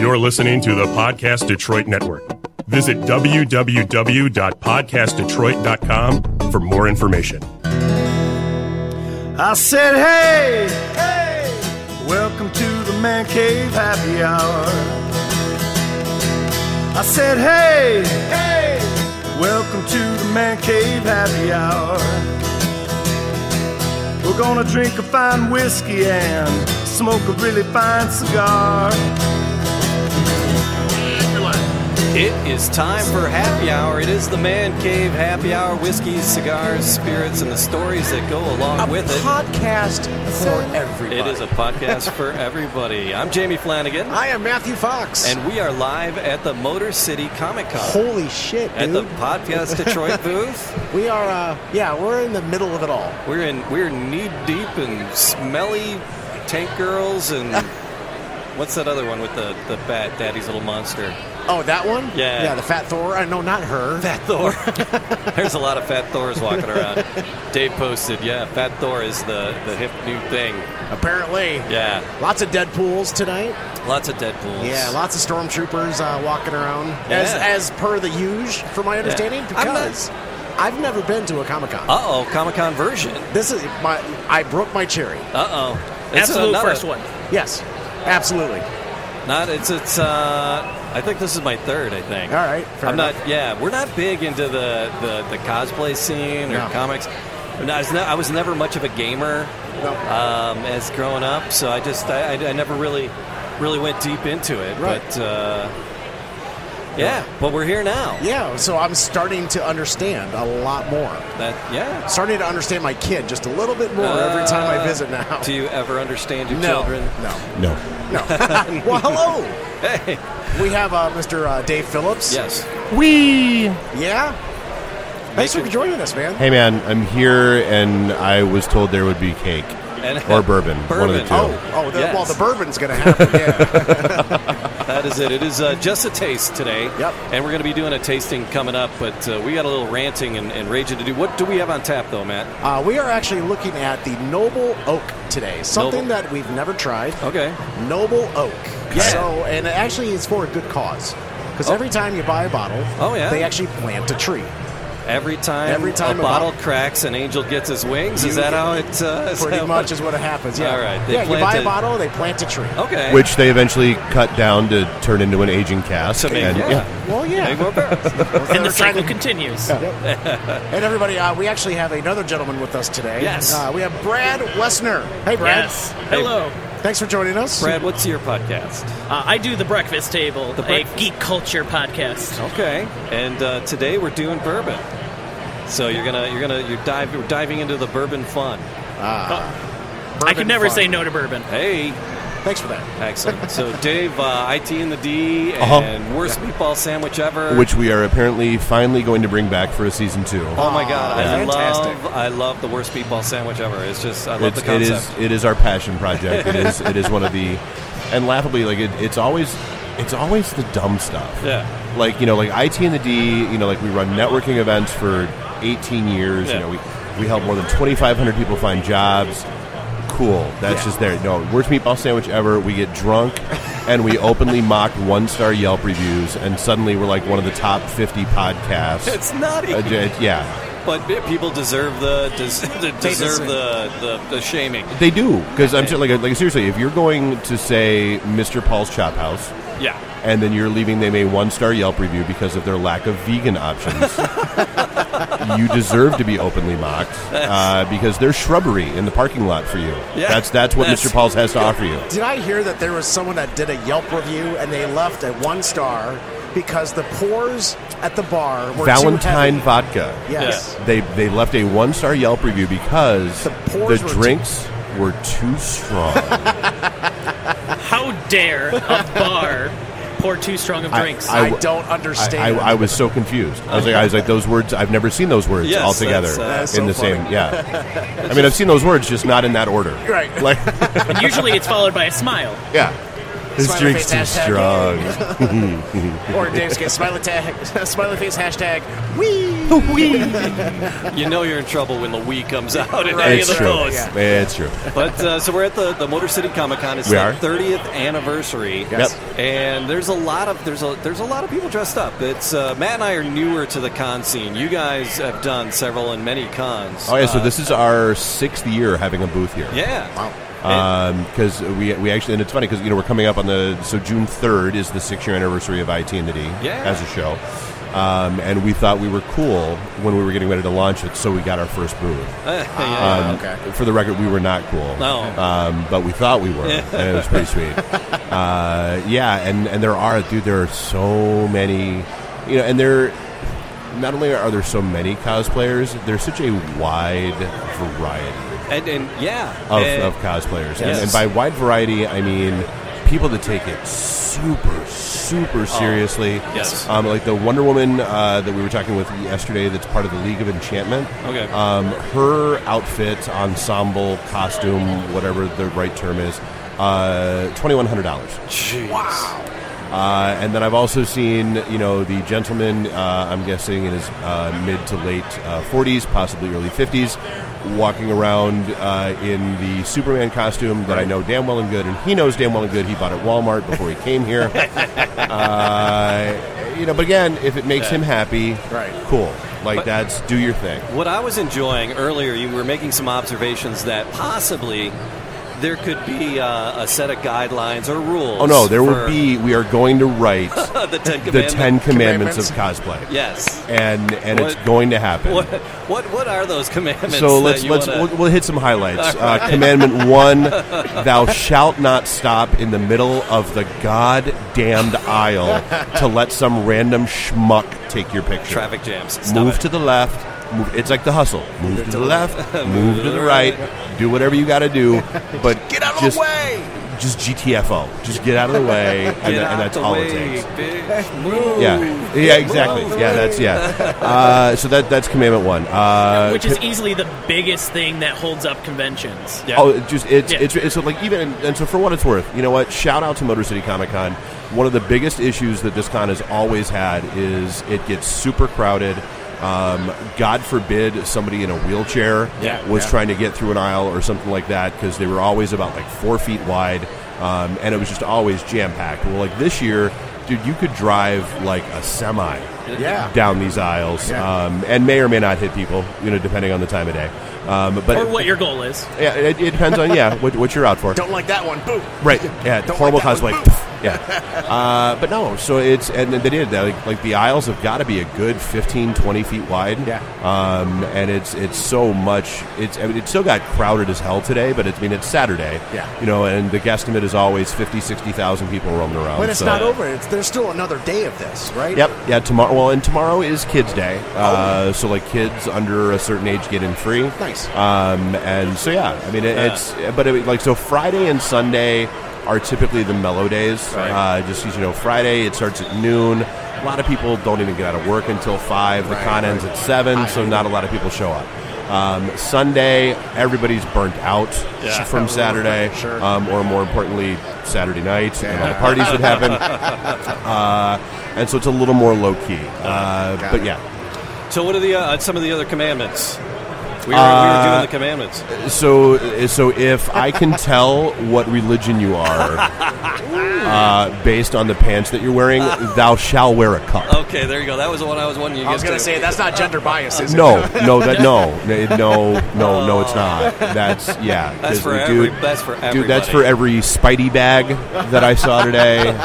You're listening to the Podcast Detroit Network. Visit www.podcastdetroit.com for more information. I said, hey, hey, welcome to the Man Cave Happy Hour. I said, hey, hey, welcome to the Man Cave Happy Hour. We're gonna drink a fine whiskey and smoke a really fine cigar. It is time for happy hour. It is the Man Cave happy hour. Whiskeys, cigars, spirits, and the stories that go along with it. podcast for everybody. It is a podcast for everybody. I'm Jamie Flanagan, I am Matthew Fox. and we are live at the Motor City Comic Con holy shit, at the dude, Podcast Detroit booth. we are. Uh, yeah, we're in the middle of it all. We're in. We're knee deep in smelly tank girls and. What's that other one with the, the bat, Daddy's Little Monster? Oh, that one? Yeah. yeah. The Fat Thor. Uh, no, not her. Fat Thor. There's a lot of Fat Thors walking around. Dave posted, yeah, Fat Thor is the, the hip new thing. Apparently. Yeah, Lots of Deadpool's tonight. lots of Deadpools. Yeah, lots of stormtroopers uh, walking around, as Yeah. as per the usual, from my understanding. I'm not- Because I've never been to a comic con. Uh oh, Comic Con version. this is my. I broke my cherry. Uh oh. Absolute first one. Yes, absolutely. Not it's it's. uh I think this is my third. I think. All right, fair I'm not. Yeah, we're not big into the the, the cosplay scene or No. comics. And I was, ne- I was never much of a gamer No. um, as growing up, so I just I, I, I never really really went deep into it. Right. But uh, yeah, but we're here now. Yeah, so I'm starting to understand a lot more. That yeah. starting to understand my kid just a little bit more every time I Uh, visit now. Do you ever understand your no, children? no, No. no. well, hello. Hey. We have uh, Mr. Uh, Dave Phillips. Yes. We Yeah. Thanks Make for it- joining us, man. Hey man, I'm here and I was told there would be cake. And Or bourbon, one of the Bourbon. two. Oh, oh. The, Yes. Well, the bourbon's going to happen. Yeah. That is it. It is uh, just a taste today. Yep. And we're going to be doing a tasting coming up, but uh, we got a little ranting and, and raging to do. What do we have on tap, though, Matt? uh, we are actually looking at the noble oak today. Something Noble. that we've never tried. Okay. Noble oak. Yeah. So, and it actually, it's for a good cause. Because every time you buy a bottle, Oh, yeah. they actually plant a tree. Every time, Every time a a bottle bottle- cracks, an angel gets his wings. Is You- that how it? Uh, is Pretty that much what- is what happens. Yeah. All right, they Yeah, you buy planted- Oh. a bottle, they plant a tree. Okay. Which they eventually cut down to turn into an aging cask. to make, and- yeah. Well, yeah. Make more barrels. and the cycle continues. And everybody, uh, we actually have another gentleman with us today. Yes. Uh, we have Brad Wessner. Hey, Brad. Yes. Hello. Thanks for joining us. Brad, what's your podcast? Uh, I do the Breakfast Table, The Breakfast- a geek culture podcast. Okay. And uh, today we're doing bourbon. So you're gonna you're gonna you're dive you're diving into the bourbon fun. I could never fun. say no to bourbon. Hey, Thanks for that. excellent. So Dave, uh, IT in the D, and Uh-huh. worst meatball sandwich ever. Which we are apparently finally going to bring back for a season two. Oh my god! Aw, I fantastic. love I love the worst meatball sandwich ever. It's just I love the It's, it concept. is it is our passion project. It is it is one of the and laughably like it, it's always it's always the dumb stuff. Yeah. Like you know like IT and the D. You know like we run networking events for 18 years. Yeah. You know we we help more than 2,500 people find jobs. Cool. That's just there. No worst meatball sandwich ever. We get drunk. And we openly mock one-star Yelp reviews, and suddenly we're like one of the top 50 podcasts. It's nutty. Uh, j- yeah, but people deserve the des- the- deserve the, the the shaming. They do because I'm just like like seriously, if you're going to say Mr. Paul's Chop House, Yeah. and then you're leaving them a one star Yelp review because of their lack of vegan options, you deserve to be openly mocked uh, because there's shrubbery in the parking lot for you. Yeah. That's that's what That's- Mr. Paul's has to offer you. Uh, Did I hear that there was someone that did a Yelp review and they left a one star because the pours at the bar were Valentine too heavy? vodka. Yes. They they left a one star Yelp review because The pours the were too- drinks were too strong. How dare a bar pour too strong of I- drinks? I, I w- don't I, understand. I, I was so confused. I was like, I was like, those words. I've never seen those words Yes, all together that's, uh, That's so in the funny. same. Yeah, I mean, I've seen those words, just not in that order. Right. Like, And usually it's followed by a smile. yeah. This Smiley drink's too face hashtag strong. yay. or Dave's get smiley, tag, smiley face hashtag wee. You know you're in trouble when the Wii comes out. in any of It's the true. those. It's true. But uh, so we're at the, the Motor City Comic Con. It's We the are. 30th anniversary. Yes. And there's a lot of there's a there's a lot of people dressed up. It's uh, Matt and I are newer to the con scene. You guys have done several and many cons. Oh yeah. So Uh, this is our sixth year having a booth here. yeah. Wow. because Um, we we actually and it's funny because you know we're coming up on the so June third is the six year anniversary of IT and the D Yeah. as a show, um, and we thought we were cool when we were getting ready to launch it, so we got our first booth. Um, yeah. Okay. For the record, we were not cool. No. um, but we thought we were, and it was pretty sweet. Uh, yeah, and and there are dude, there are so many, you know, and there. Not only are there so many cosplayers, there's such a wide variety and, and yeah. of, And- of cosplayers. And, Yes. and by wide variety, I mean people that take it super, super seriously. Oh. yes. Um, like the Wonder Woman uh, that we were talking with yesterday that's part of the League of Enchantment. Okay. Um, her outfit, ensemble, costume, whatever the right term is, uh, $2,100. Uh, and then I've also seen, you know, the gentleman, uh, I'm guessing in his uh, mid to late uh, 40s, possibly early 50s, walking around uh, in the Superman costume that I know damn well and good, and he knows damn well and good he bought at Walmart before he came here. uh, you know, but again, if it makes him happy, Right. cool. Like, But- that's do your thing. What I was enjoying earlier, you were making some observations that possibly there could be uh, a set of guidelines or rules. Oh, no, there for would be, we are going to write the Ten the Commandments. Ten Commandments, of cosplay. Yes. And, and it's What- going to happen. What what what are those commandments? So that let's you let's wanna- we'll, we'll hit some highlights. All right. Uh, commandment one: Thou shalt not stop in the middle of the goddamned aisle to let some random schmuck take your picture. traffic jams. Stop move it. to the left. Move, it's like the hustle. Move to the left. Move to the right. Do whatever you got to do, but get out just, of the way. Just GTFO. Just get out of the way, and, Get tha- out and that's the all way, it takes. bitch. Move. Yeah, yeah, exactly. Yeah, that's yeah. Uh, so that that's commandment one. Uh, Which is easily the biggest thing that holds up conventions. Yeah. Oh, it just it's, Yeah. it's it's so like even and so for what it's worth, you know what? Shout out to Motor City Comic Con. One of the biggest issues that this con has always had is it gets super crowded. Um, God forbid somebody in a wheelchair Yeah, was yeah. trying to get through an aisle or something like that because they were always about like four feet wide, um, and it was just always jam packed. Well, like this year, dude, you could drive like a semi Yeah. down these aisles, Yeah. um, and may or may not hit people, you know, depending on the time of day. Um, but Or what your goal is. yeah, it, it depends on yeah what, what you're out for. Don't like that one. Boo. right? Yeah, Don't horrible like that cosplay. one. yeah, uh, but no. So it's and they did that. Like, like the aisles have got to be a good 15, 20 feet wide. Yeah. um, and it's it's so much. It's I mean, it still got crowded as hell today, but it's, I mean it's Saturday. Yeah. you know, and the guesstimate is always 50, 60,000 people roaming around. But it's so- not over. It's, there's still another day of this, right? Yep. Yeah. Tomorrow. Well, and tomorrow is Kids Day. Oh. Uh, So like kids under a certain age get in free. Nice. Um, and so yeah, I mean it, it's but it, like so Friday and Sunday are typically the mellow days. Uh, just you know Friday it starts at noon. A lot of people don't even get out of work until five. The Right, con right. ends at seven, so not a lot of people show up. Um, Sunday, everybody's burnt out Yeah. from Saturday, Sure. um, or more importantly, Saturday night and all the parties that happen Uh, and so it's a little more low key. Uh, Got but it. yeah, So what are the uh, some of the other commandments? We were, we Uh, were doing the commandments. so so if I can tell what religion you are uh, based on the pants that you're wearing, thou shall wear a cup. Okay, there you go. That was the one I was wanting you I was going gonna to say that's not gender bias, is it? No, no, that no, no, no, no, it's not. That's yeah. 'cause, Oh. That's for dude, every, that's for everybody. dude, that's for every Spidey bag that I saw today.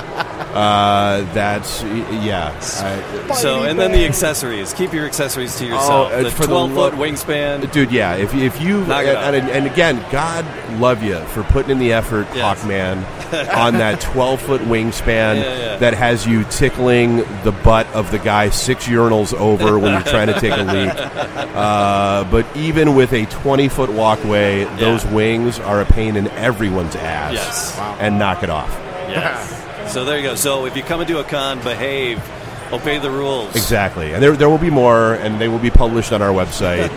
Uh, that's yeah. I, So and then the accessories. Keep your accessories to yourself. uh, the for the twelve foot lo- wingspan. Dude, yeah. If if you and, Knock it out. and, and again, God love you for putting in the effort, Yes. Hawkman, on that twelve foot wingspan Yeah, yeah. that has you tickling the butt of the guy six urinals over when you're trying to take a leak. Uh, but even with a twenty foot walkway, those wings are a pain in everyone's ass. Yes. and knock it off. Yes. so there you go. So if you come into a con, behave. Obey the rules. Exactly. And there, there will be more, and they will be published on our website,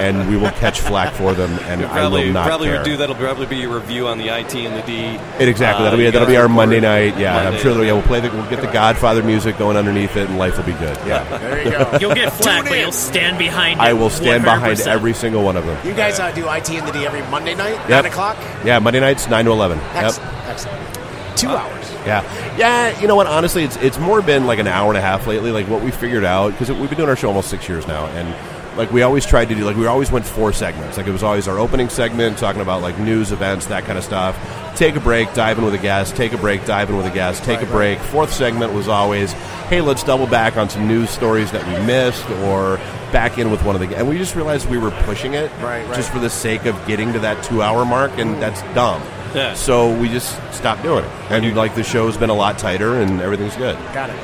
and we will catch flack for them, and I Probably, will not probably care. would do that'll probably be your review on the IT and the D. It- exactly. Uh, that'll be, you that'll gotta be our record Monday night. Yeah, and Monday I'm sure that, night. yeah, we'll play the, we'll get the Godfather music going underneath it, and life will be good. Yeah. There you go. You'll get flack, but you'll stand behind it. I will stand behind 100%. every single one of them. You guys uh, do IT and the D every Monday night, Yep. nine o'clock. Yeah, Monday nights nine to eleven. Yep. Excellent. Excellent. Uh, Two hours. Yeah, yeah. You know what? Honestly, it's it's more been like an hour and a half lately. Like what we figured out because we've been doing our show almost six years now, and like we always tried to do. Like we always went four segments. Like it was always our opening segment talking about like news, events, that kind of stuff. Take a break, dive in with a guest. Take a break, dive in with a guest. Take a break. Fourth segment was always, hey, let's double back on some news stories that we missed or back in with one of the. And we just realized we were pushing it Right, right. just for the sake of getting to that two hour mark, and that's dumb. Yeah. So we just stopped doing it. And like the show's been a lot tighter and everything's good. Got it.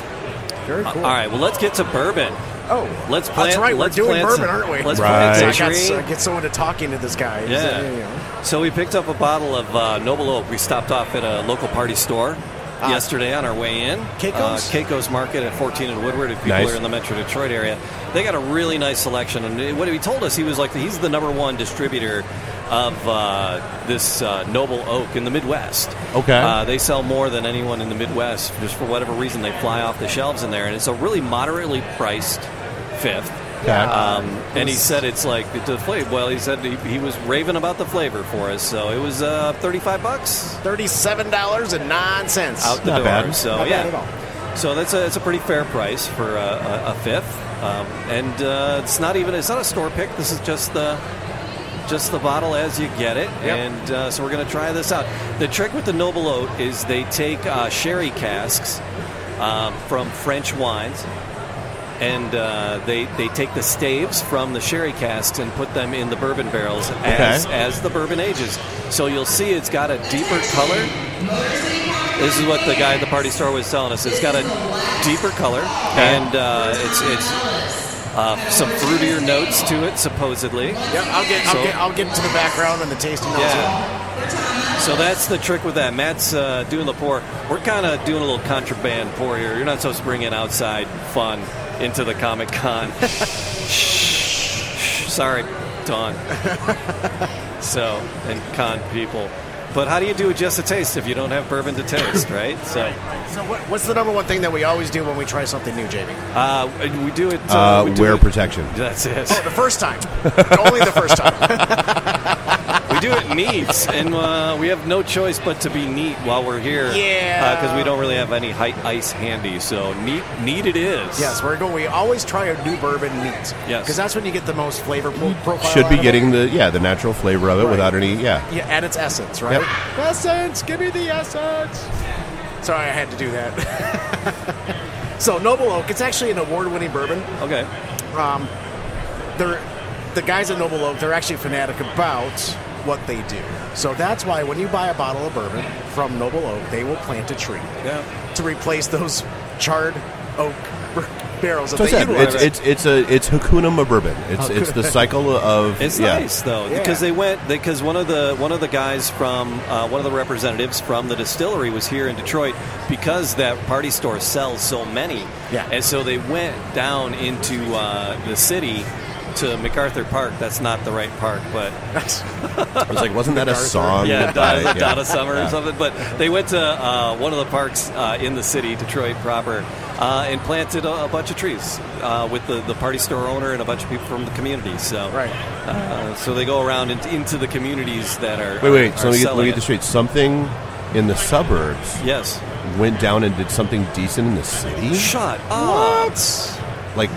Very cool. All right, well, let's get to bourbon. Oh, uh, Let's plant. That's right. We're let's doing plant bourbon, some- aren't we? Let's Right. I plant some got, tree. I get someone to talking to this guy. He's, uh, you know. Yeah. So we picked up a bottle of uh, Noble Oak. We stopped off at a local party store yesterday on our way in. Keiko's? Uh, Keiko's Market at 14 and Woodward. If people Nice. are in the Metro Detroit area, they got a really nice selection. And it- what he told us, he was like, he's the number one distributor of uh, this uh, Noble Oak in the Midwest. Okay. Uh, they sell more than anyone in the Midwest. Just for whatever reason, they fly off the shelves in there, and it's a really moderately priced fifth. Um, and he said it's like the flavor. Well, he said he, he was raving about the flavor for us, so it was uh, thirty-five bucks Thirty-seven dollars and nine cents. out the Not door. bad. So Not yeah, bad at all. so that's a that's a pretty fair price for uh, a, a fifth, um, and uh, it's not even it's not a store pick. This is just the just the bottle as you get it, and uh, so we're gonna try this out. The trick with the noble oat is they take uh, sherry casks um, from French wines. And uh, they they take the staves from the sherry casks and put them in the bourbon barrels as Okay. as the bourbon ages. So you'll see it's got a deeper color. This is what the guy at the party store was telling us. It's got a deeper color, and uh, it's it's uh, some fruitier notes to it, supposedly. Yep, I'll get, I'll, So- get, I'll get to the background and the tasting notes. Yeah. So that's the trick with that. Matt's uh, doing the pour. We're kind of doing a little contraband pour here. You're not supposed to bring in outside fun into the Comic Con. Sorry, Don. so, and con people. But how do you do it just to taste if you don't have bourbon to taste, right? So. So, what, what's the number one thing that we always do when we try something new, Jamie? Uh, and we do it. Uh, we do wear it- protection. That's it. The first time, only the first time. we do it neat, and uh, we have no choice but to be neat while we're here. Yeah. because we don't really have any height ice handy, so neat, neat it is. Yes, we're going. We always try a new bourbon neat. Yes. because that's when you get the most flavor pro- profile. Should out be of it. getting the yeah the natural flavor of it Right. without any yeah. yeah, and its essence, right? Essence, give me the essence. Sorry, I had to do that. so Noble Oak, it's actually an award-winning bourbon. Um, Okay. they're the guys at Noble Oak. They're actually fanatic about what they do. So that's why when you buy a bottle of bourbon from Noble Oak, they will plant a tree Yeah. to replace those charred oak b- barrels that So I they said, utilize. it's it's it's a it's Hakuna Bourbon. It's it's the cycle of It's yeah. nice though because they went because one of the one of the guys from uh, one of the representatives from the distillery was here in Detroit because that party store sells so many. Yeah. And so they went down into uh, the city to MacArthur Park. That's not the right park, but I was like, wasn't that a song? yeah, by- Donna, Donna Summer or something. But they went to uh, one of the parks uh, in the city, Detroit proper, uh, and planted a, a bunch of trees uh, with the, the party store owner and a bunch of people from the community. So Right. uh, so they go around into, into the communities that are Wait, wait. are So let me get, let selling me get it. this straight. Something in the suburbs Yes. went down and did something decent in the city. Shut up. Like,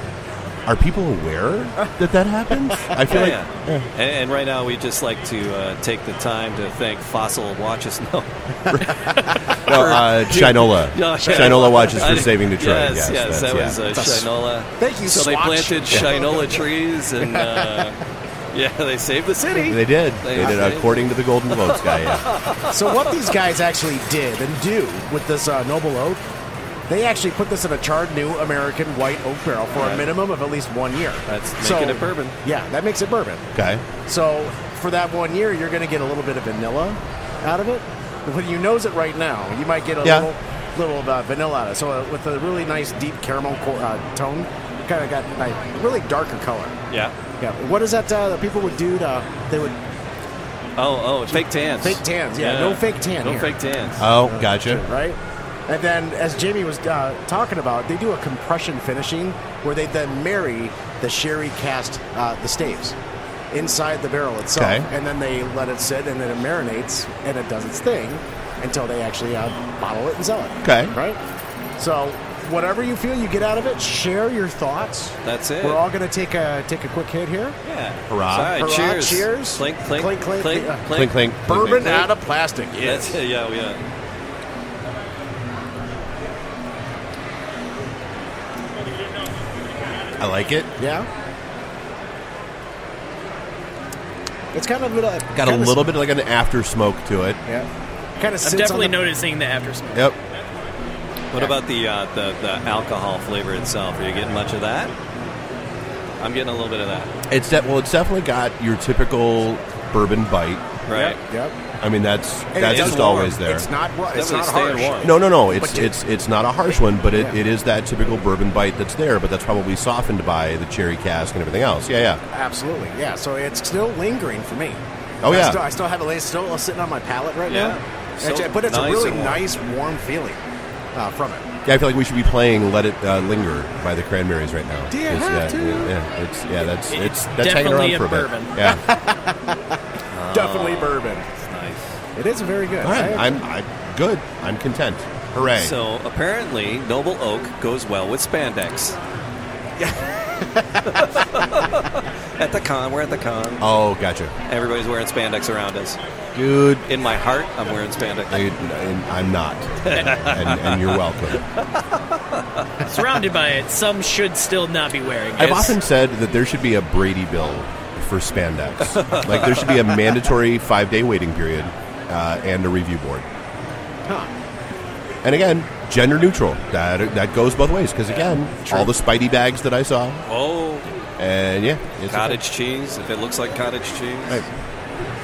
are people aware that that happens? I feel Yeah, like yeah. And, and right now we just like to uh, take the time to thank Fossil Watches. No. No, uh, Shinola. Yeah, Shinola watches for I- saving Detroit. Yes, yes, that yeah. was uh, Shinola. Thank you, So Swatch. they planted Shinola trees, and uh, yeah, they saved the city. They did. They They, did, did. according to the Golden Globes guy. Yeah. so what these guys actually did and do with this uh, Noble Oak, they actually put this in a charred new American white oak barrel for a Right. minimum of at least one year. That's making it bourbon. Yeah, that makes it bourbon. Okay. So for that one year, you're going to get a little bit of vanilla out of it. When you nose it right now, you might get a Yeah. little. little uh, vanilla on it. So uh, with a really nice deep caramel co- uh, tone, kind of got like really darker color. Yeah. Yeah. What is that uh, that people would do to? They would Oh, oh, fake tans. fake tans. Yeah. No fake tan. No here. Uh, fake tans. Oh, gotcha. right? And then, as Jamie was uh, talking about, they do a compression finishing where they then marry the sherry cast, uh, the staves, inside the barrel itself. Okay. And then they let it sit and then it marinates and it does its thing until they actually uh, bottle it and sell it. Okay. Right? So, whatever you feel you get out of it, share your thoughts. That's it. We're all going to take a, take a quick hit here. yeah. Hurrah. All right, Hurrah, cheers. cheers. Clink, clink, Clink, clink, clink, clink, yeah. Clink, clink. Bourbon Clink. out of plastic. That's it. Yeah, yeah. I like it. Yeah. It's kind of a Got a little bit like an after smoke to it. Yeah. Kind of I'm definitely noticing the after smoke. Yep. What about the, uh, the the alcohol flavor itself? Are you getting much of that? I'm getting a little bit of that. It's de- well, it's definitely got your typical bourbon bite. Right. Yep. I mean, that's And that's it is just warm. always there. It's not. ru- It's Definitely not staying harsh. warm. No, no, no. It's But you- it's it's not a harsh one, but it, Yeah. it is that typical bourbon bite that's there, but that's probably softened by the cherry cask and everything else. Yeah, yeah. Absolutely. Yeah. So it's still lingering for me. Oh, I yeah. Still, I still have it. It's still sitting on my palate right Yeah. now. So It's- but it's nice a really and warm. nice, warm feeling uh, from it. Yeah, I feel like we should be playing "Let It uh, Linger" by the Cranberries right now. Do you It's- have yeah, to? Yeah, yeah, it's yeah, that's It's it's that's hanging definitely around for a, a bit. bourbon. Yeah, Definitely bourbon. It's nice. It is very good. Oh. all right. I- I'm I'm good. I'm content. Hooray! So apparently, noble oak goes well with spandex. at the con, we're at the con. oh, gotcha, Everybody's wearing spandex around us. dude. In my heart, I'm wearing spandex. I, am not, and, and you're welcome. Surrounded by it, some should still not be wearing it. I've often said that there should be a Brady bill for spandex. like there should be a mandatory five day waiting period uh, and a review board. And again, gender neutral. That that goes both ways because again, all the Spidey bags that I saw, oh, and yeah, it's cottage cheese. If it looks like cottage cheese, Hey.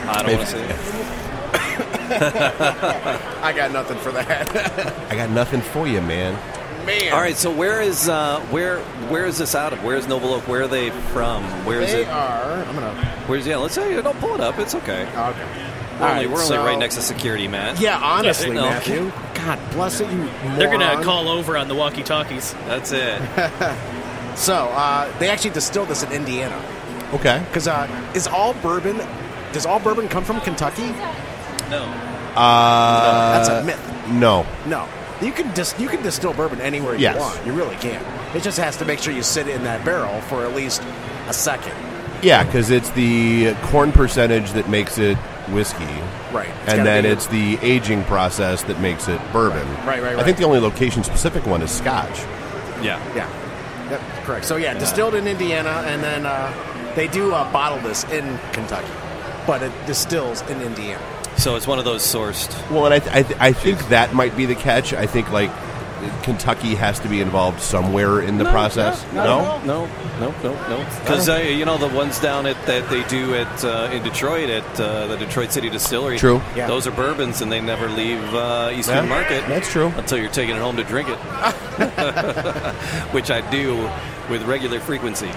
I don't want to say. it. I got nothing for that. I got nothing for you, man. Man. All right, so where is uh, where where is this out of? Where is Noble Oak? Where are they from? Where is They it? are. I'm gonna. Where's yeah? Let's say don't pull it up. It's okay. Okay. We're, All only, right, we're so- only right next to security, Matt. Yeah. Honestly, No. Matthew. God bless it. You. Moron. They're going to call over on the walkie talkies. that's it. So uh, they actually distilled this in Indiana. Okay, Because uh, is all bourbon? Does all bourbon come from Kentucky? Uh, No. That's Uh, a myth. no, No, you can dis- you can distill bourbon anywhere Yes. you want. You really can. It just has to make sure you sit it in that barrel for at least a second. yeah, because it's the corn percentage that makes it whiskey. Right. gotta and then be- it's the aging process that makes it bourbon. Right, right, I right. think the only location specific one is Scotch. Yeah. yeah, Yep, correct. So yeah, distilled in Indiana, and then uh, they do uh, bottle this in Kentucky, but it distills in Indiana. So it's one of those sourced. Well, and I, th- I, th- I think that might be the catch. I think like Kentucky has to be involved somewhere in the process. No, no, no, no, no. Because uh, you know the ones down at that they do at uh, in Detroit at uh, the Detroit City Distillery. True. Yeah. Those are bourbons, and they never leave uh, Eastern Yeah, Market. that's true. Until you're taking it home to drink it, which I do with regular frequency.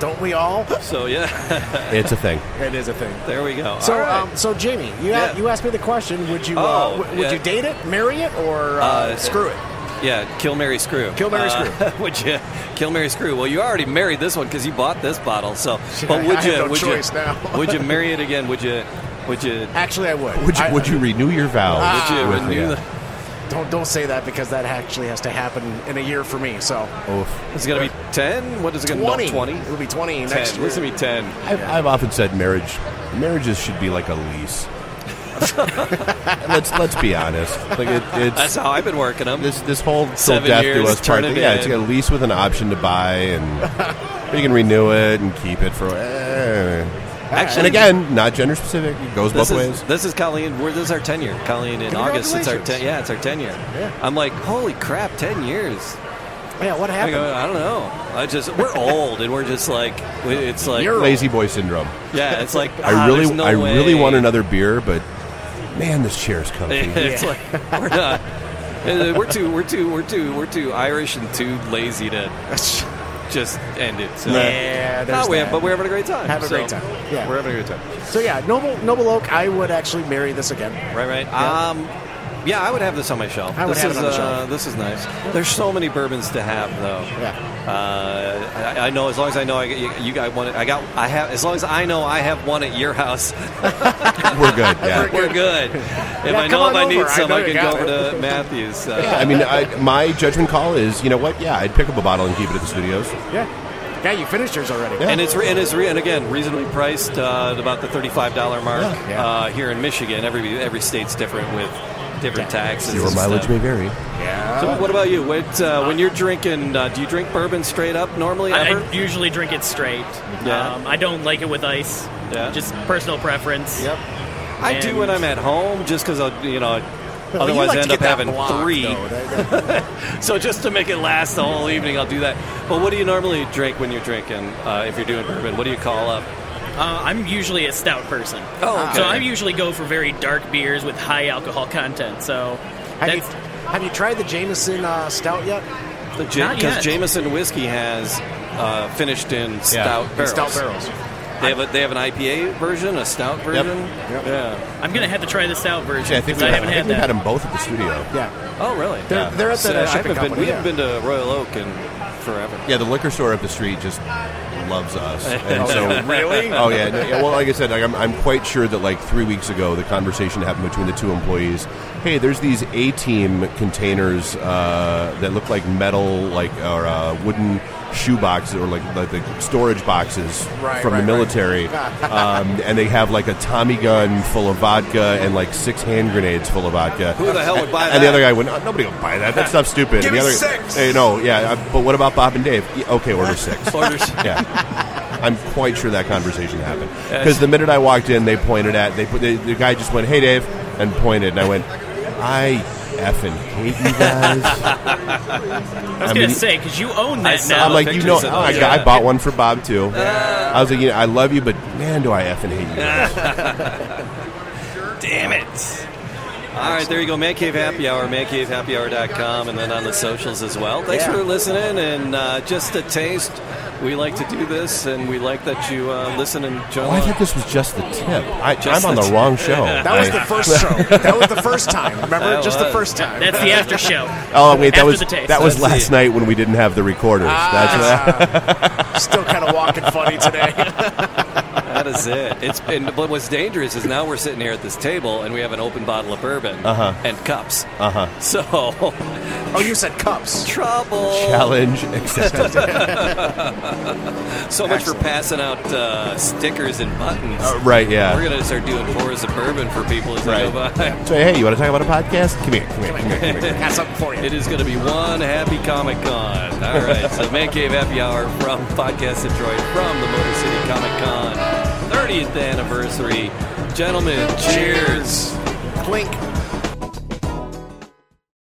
Don't we all? So yeah, it's a thing. it is a thing. there we go. So, All right. um, so Jamie, you Yeah. a- you asked me the question: Would you uh, Oh, w- would yeah. you date it, marry it, or uh, Uh, screw it? yeah, kill Mary Screw. Kill, marry, screw. Would you kill Mary Screw? Well, you already married this one because you bought this bottle. So, but I would have you? no would choice you? now. would you marry it again? Would you? Would you? Actually, I would. Would you, I- would you renew your vows? Would you with renew the- the- Don't don't say that because that actually has to happen in a year for me. So Oof. It's gonna be ten. What is it gonna Uh, twenty, be? Twenty. It'll be twenty next Ten. year. What's gonna be ten? I've, I've often said marriage marriages should be like a lease. let's let's be honest. Like it, it's That's how I've been working them. this this whole till Seven death do years, us turn part. it Yeah, in. it's got a lease with an option to buy, and you can renew it and keep it for. eh. and Actually, again, not gender specific. It goes both this is ways. this is Colleen. We're, this is our ten year. Colleen in August. It's our Congratulations. ten. Yeah, it's our ten year. Yeah. I'm like, holy crap, ten years. yeah, what I, happened? go, I don't know. I just we're old and we're just like we- it's like You're- Lazy boy syndrome. yeah, it's like ah, I really, there's no I way. really want another beer, but man, this chair's comfy. it's like we're not. Uh, we're too, we're too, we're too, we're too Irish and too lazy to just end it. So. Yeah, there's Ah, we that. have, but we're having a great time. Have a so- great time. Yeah. we're having a great time. So yeah, Noble Noble Oak. I would actually marry this again. Right, right. Um, yeah, I would have this on my shelf. I would this have is, it on the uh, shelf. This is nice. There's so many bourbons to have, though. Yeah. Uh, I, I know as long as I know I get- you, you got one. at- I got. I have as long as I know I have one at your house. We're good. Yeah. We're good. If Yeah, I come know if on I need over. I some, know I, you can got go over it. to Matthews. Uh, I mean, I, my judgment call is, you know what? Yeah, I'd pick up a bottle and keep it at the studios. Yeah. Yeah, you finished yours already. Yeah. And it's re- and it's re- and again reasonably priced uh, at about the thirty five dollar mark Yeah. Yeah. Uh, here in Michigan. Every every state's different with different taxes. Your and mileage stuff. may vary. Yeah. So what about you? What, uh, when you're drinking, uh, do you drink bourbon straight up normally I, ever? I usually drink it straight. Yeah. Um, I don't like it with ice. Yeah. Just personal preference. Yep. I do when I'm at home, just because I'll you know. Well, you Otherwise, like I end to get up that having block, three. though. That- that- So just to make it last the whole evening, I'll do that. But what do you normally drink when you're drinking? Uh, if you're doing bourbon, what do you call up? Uh, I'm usually a stout person. Oh, okay. So I usually go for very dark beers with high alcohol content. So have, you, that's have you tried the Jameson uh, Stout yet? Not Because yet. Jameson whiskey has uh, finished in stout barrels. Stout barrels. They have a, they have an IPA version, a stout version. Yep. Yeah. I'm gonna have to try the stout version Actually, I think 'cause we I haven't I think had we've that. had them both at the studio. Yeah. Oh, really? They're, Yeah. they're at So the uh, I haven't shipping been, we company. haven't been to Royal Oak in forever. Yeah, the liquor store up the street just loves us. And so, really? oh yeah, no, yeah. Well, like I said, like, I'm, I'm quite sure that like three weeks ago, the conversation happened between the two employees. Hey, there's these A-team containers uh, that look like metal, like or uh, wooden shoe boxes or like like the storage boxes Right, from right, the right. military, um, and they have like a Tommy gun full of vodka and like six hand grenades full of vodka. Who the hell would buy that? And the other guy went, "Oh, nobody will buy that. That stuff's stupid. Give and me the other, six. Hey, no, yeah, uh, but what about Bob and Dave? Yeah, Okay, order six. Orders. Yeah. I'm quite sure that conversation happened because the minute I walked in, they pointed at they, put- they the guy just went, "Hey, Dave," and pointed, and I went, "I effing hate you guys." I was I gonna mean- say because you own that saw now. I'm like, you know, pictures of I, those, got- I yeah. bought one for Bob too. I was like, you know, I love you, but man, do I effing hate you. guys. Damn it. All right, there you go. Man Cave Happy Hour, mancavehappyhour.com, and then on the socials as well. Thanks Yeah. for listening, and uh, just a taste. We like to do this, and we like that you uh, listen and join. Oh, I thought this was just the tip. I, Just I'm on the the tip. wrong show. That was I- the first show. That was the first time. Remember? That Just the was. first time. That's the after show. Oh wait, that After was the taste. that was That's last it. night when we didn't have the recorders. That's Ah, still kind of walking funny today. That is it. It's and but what's dangerous is now we're sitting here at this table and we have an open bottle of bourbon and cups. Uh-huh. So Oh, you said cups. trouble. challenge accepted. So much Excellent. for passing out uh, stickers and buttons. Uh, right? Yeah. We're gonna start doing pours of bourbon for people as they go Right. by. So hey, you want to talk about a podcast? Come here, come here, come here, come here. Got something for you. It is going to be one happy Comic Con. All right, so Man Cave Happy Hour from Podcast Detroit from the Motor City Comic Con 30th anniversary. Gentlemen, cheers. Blink.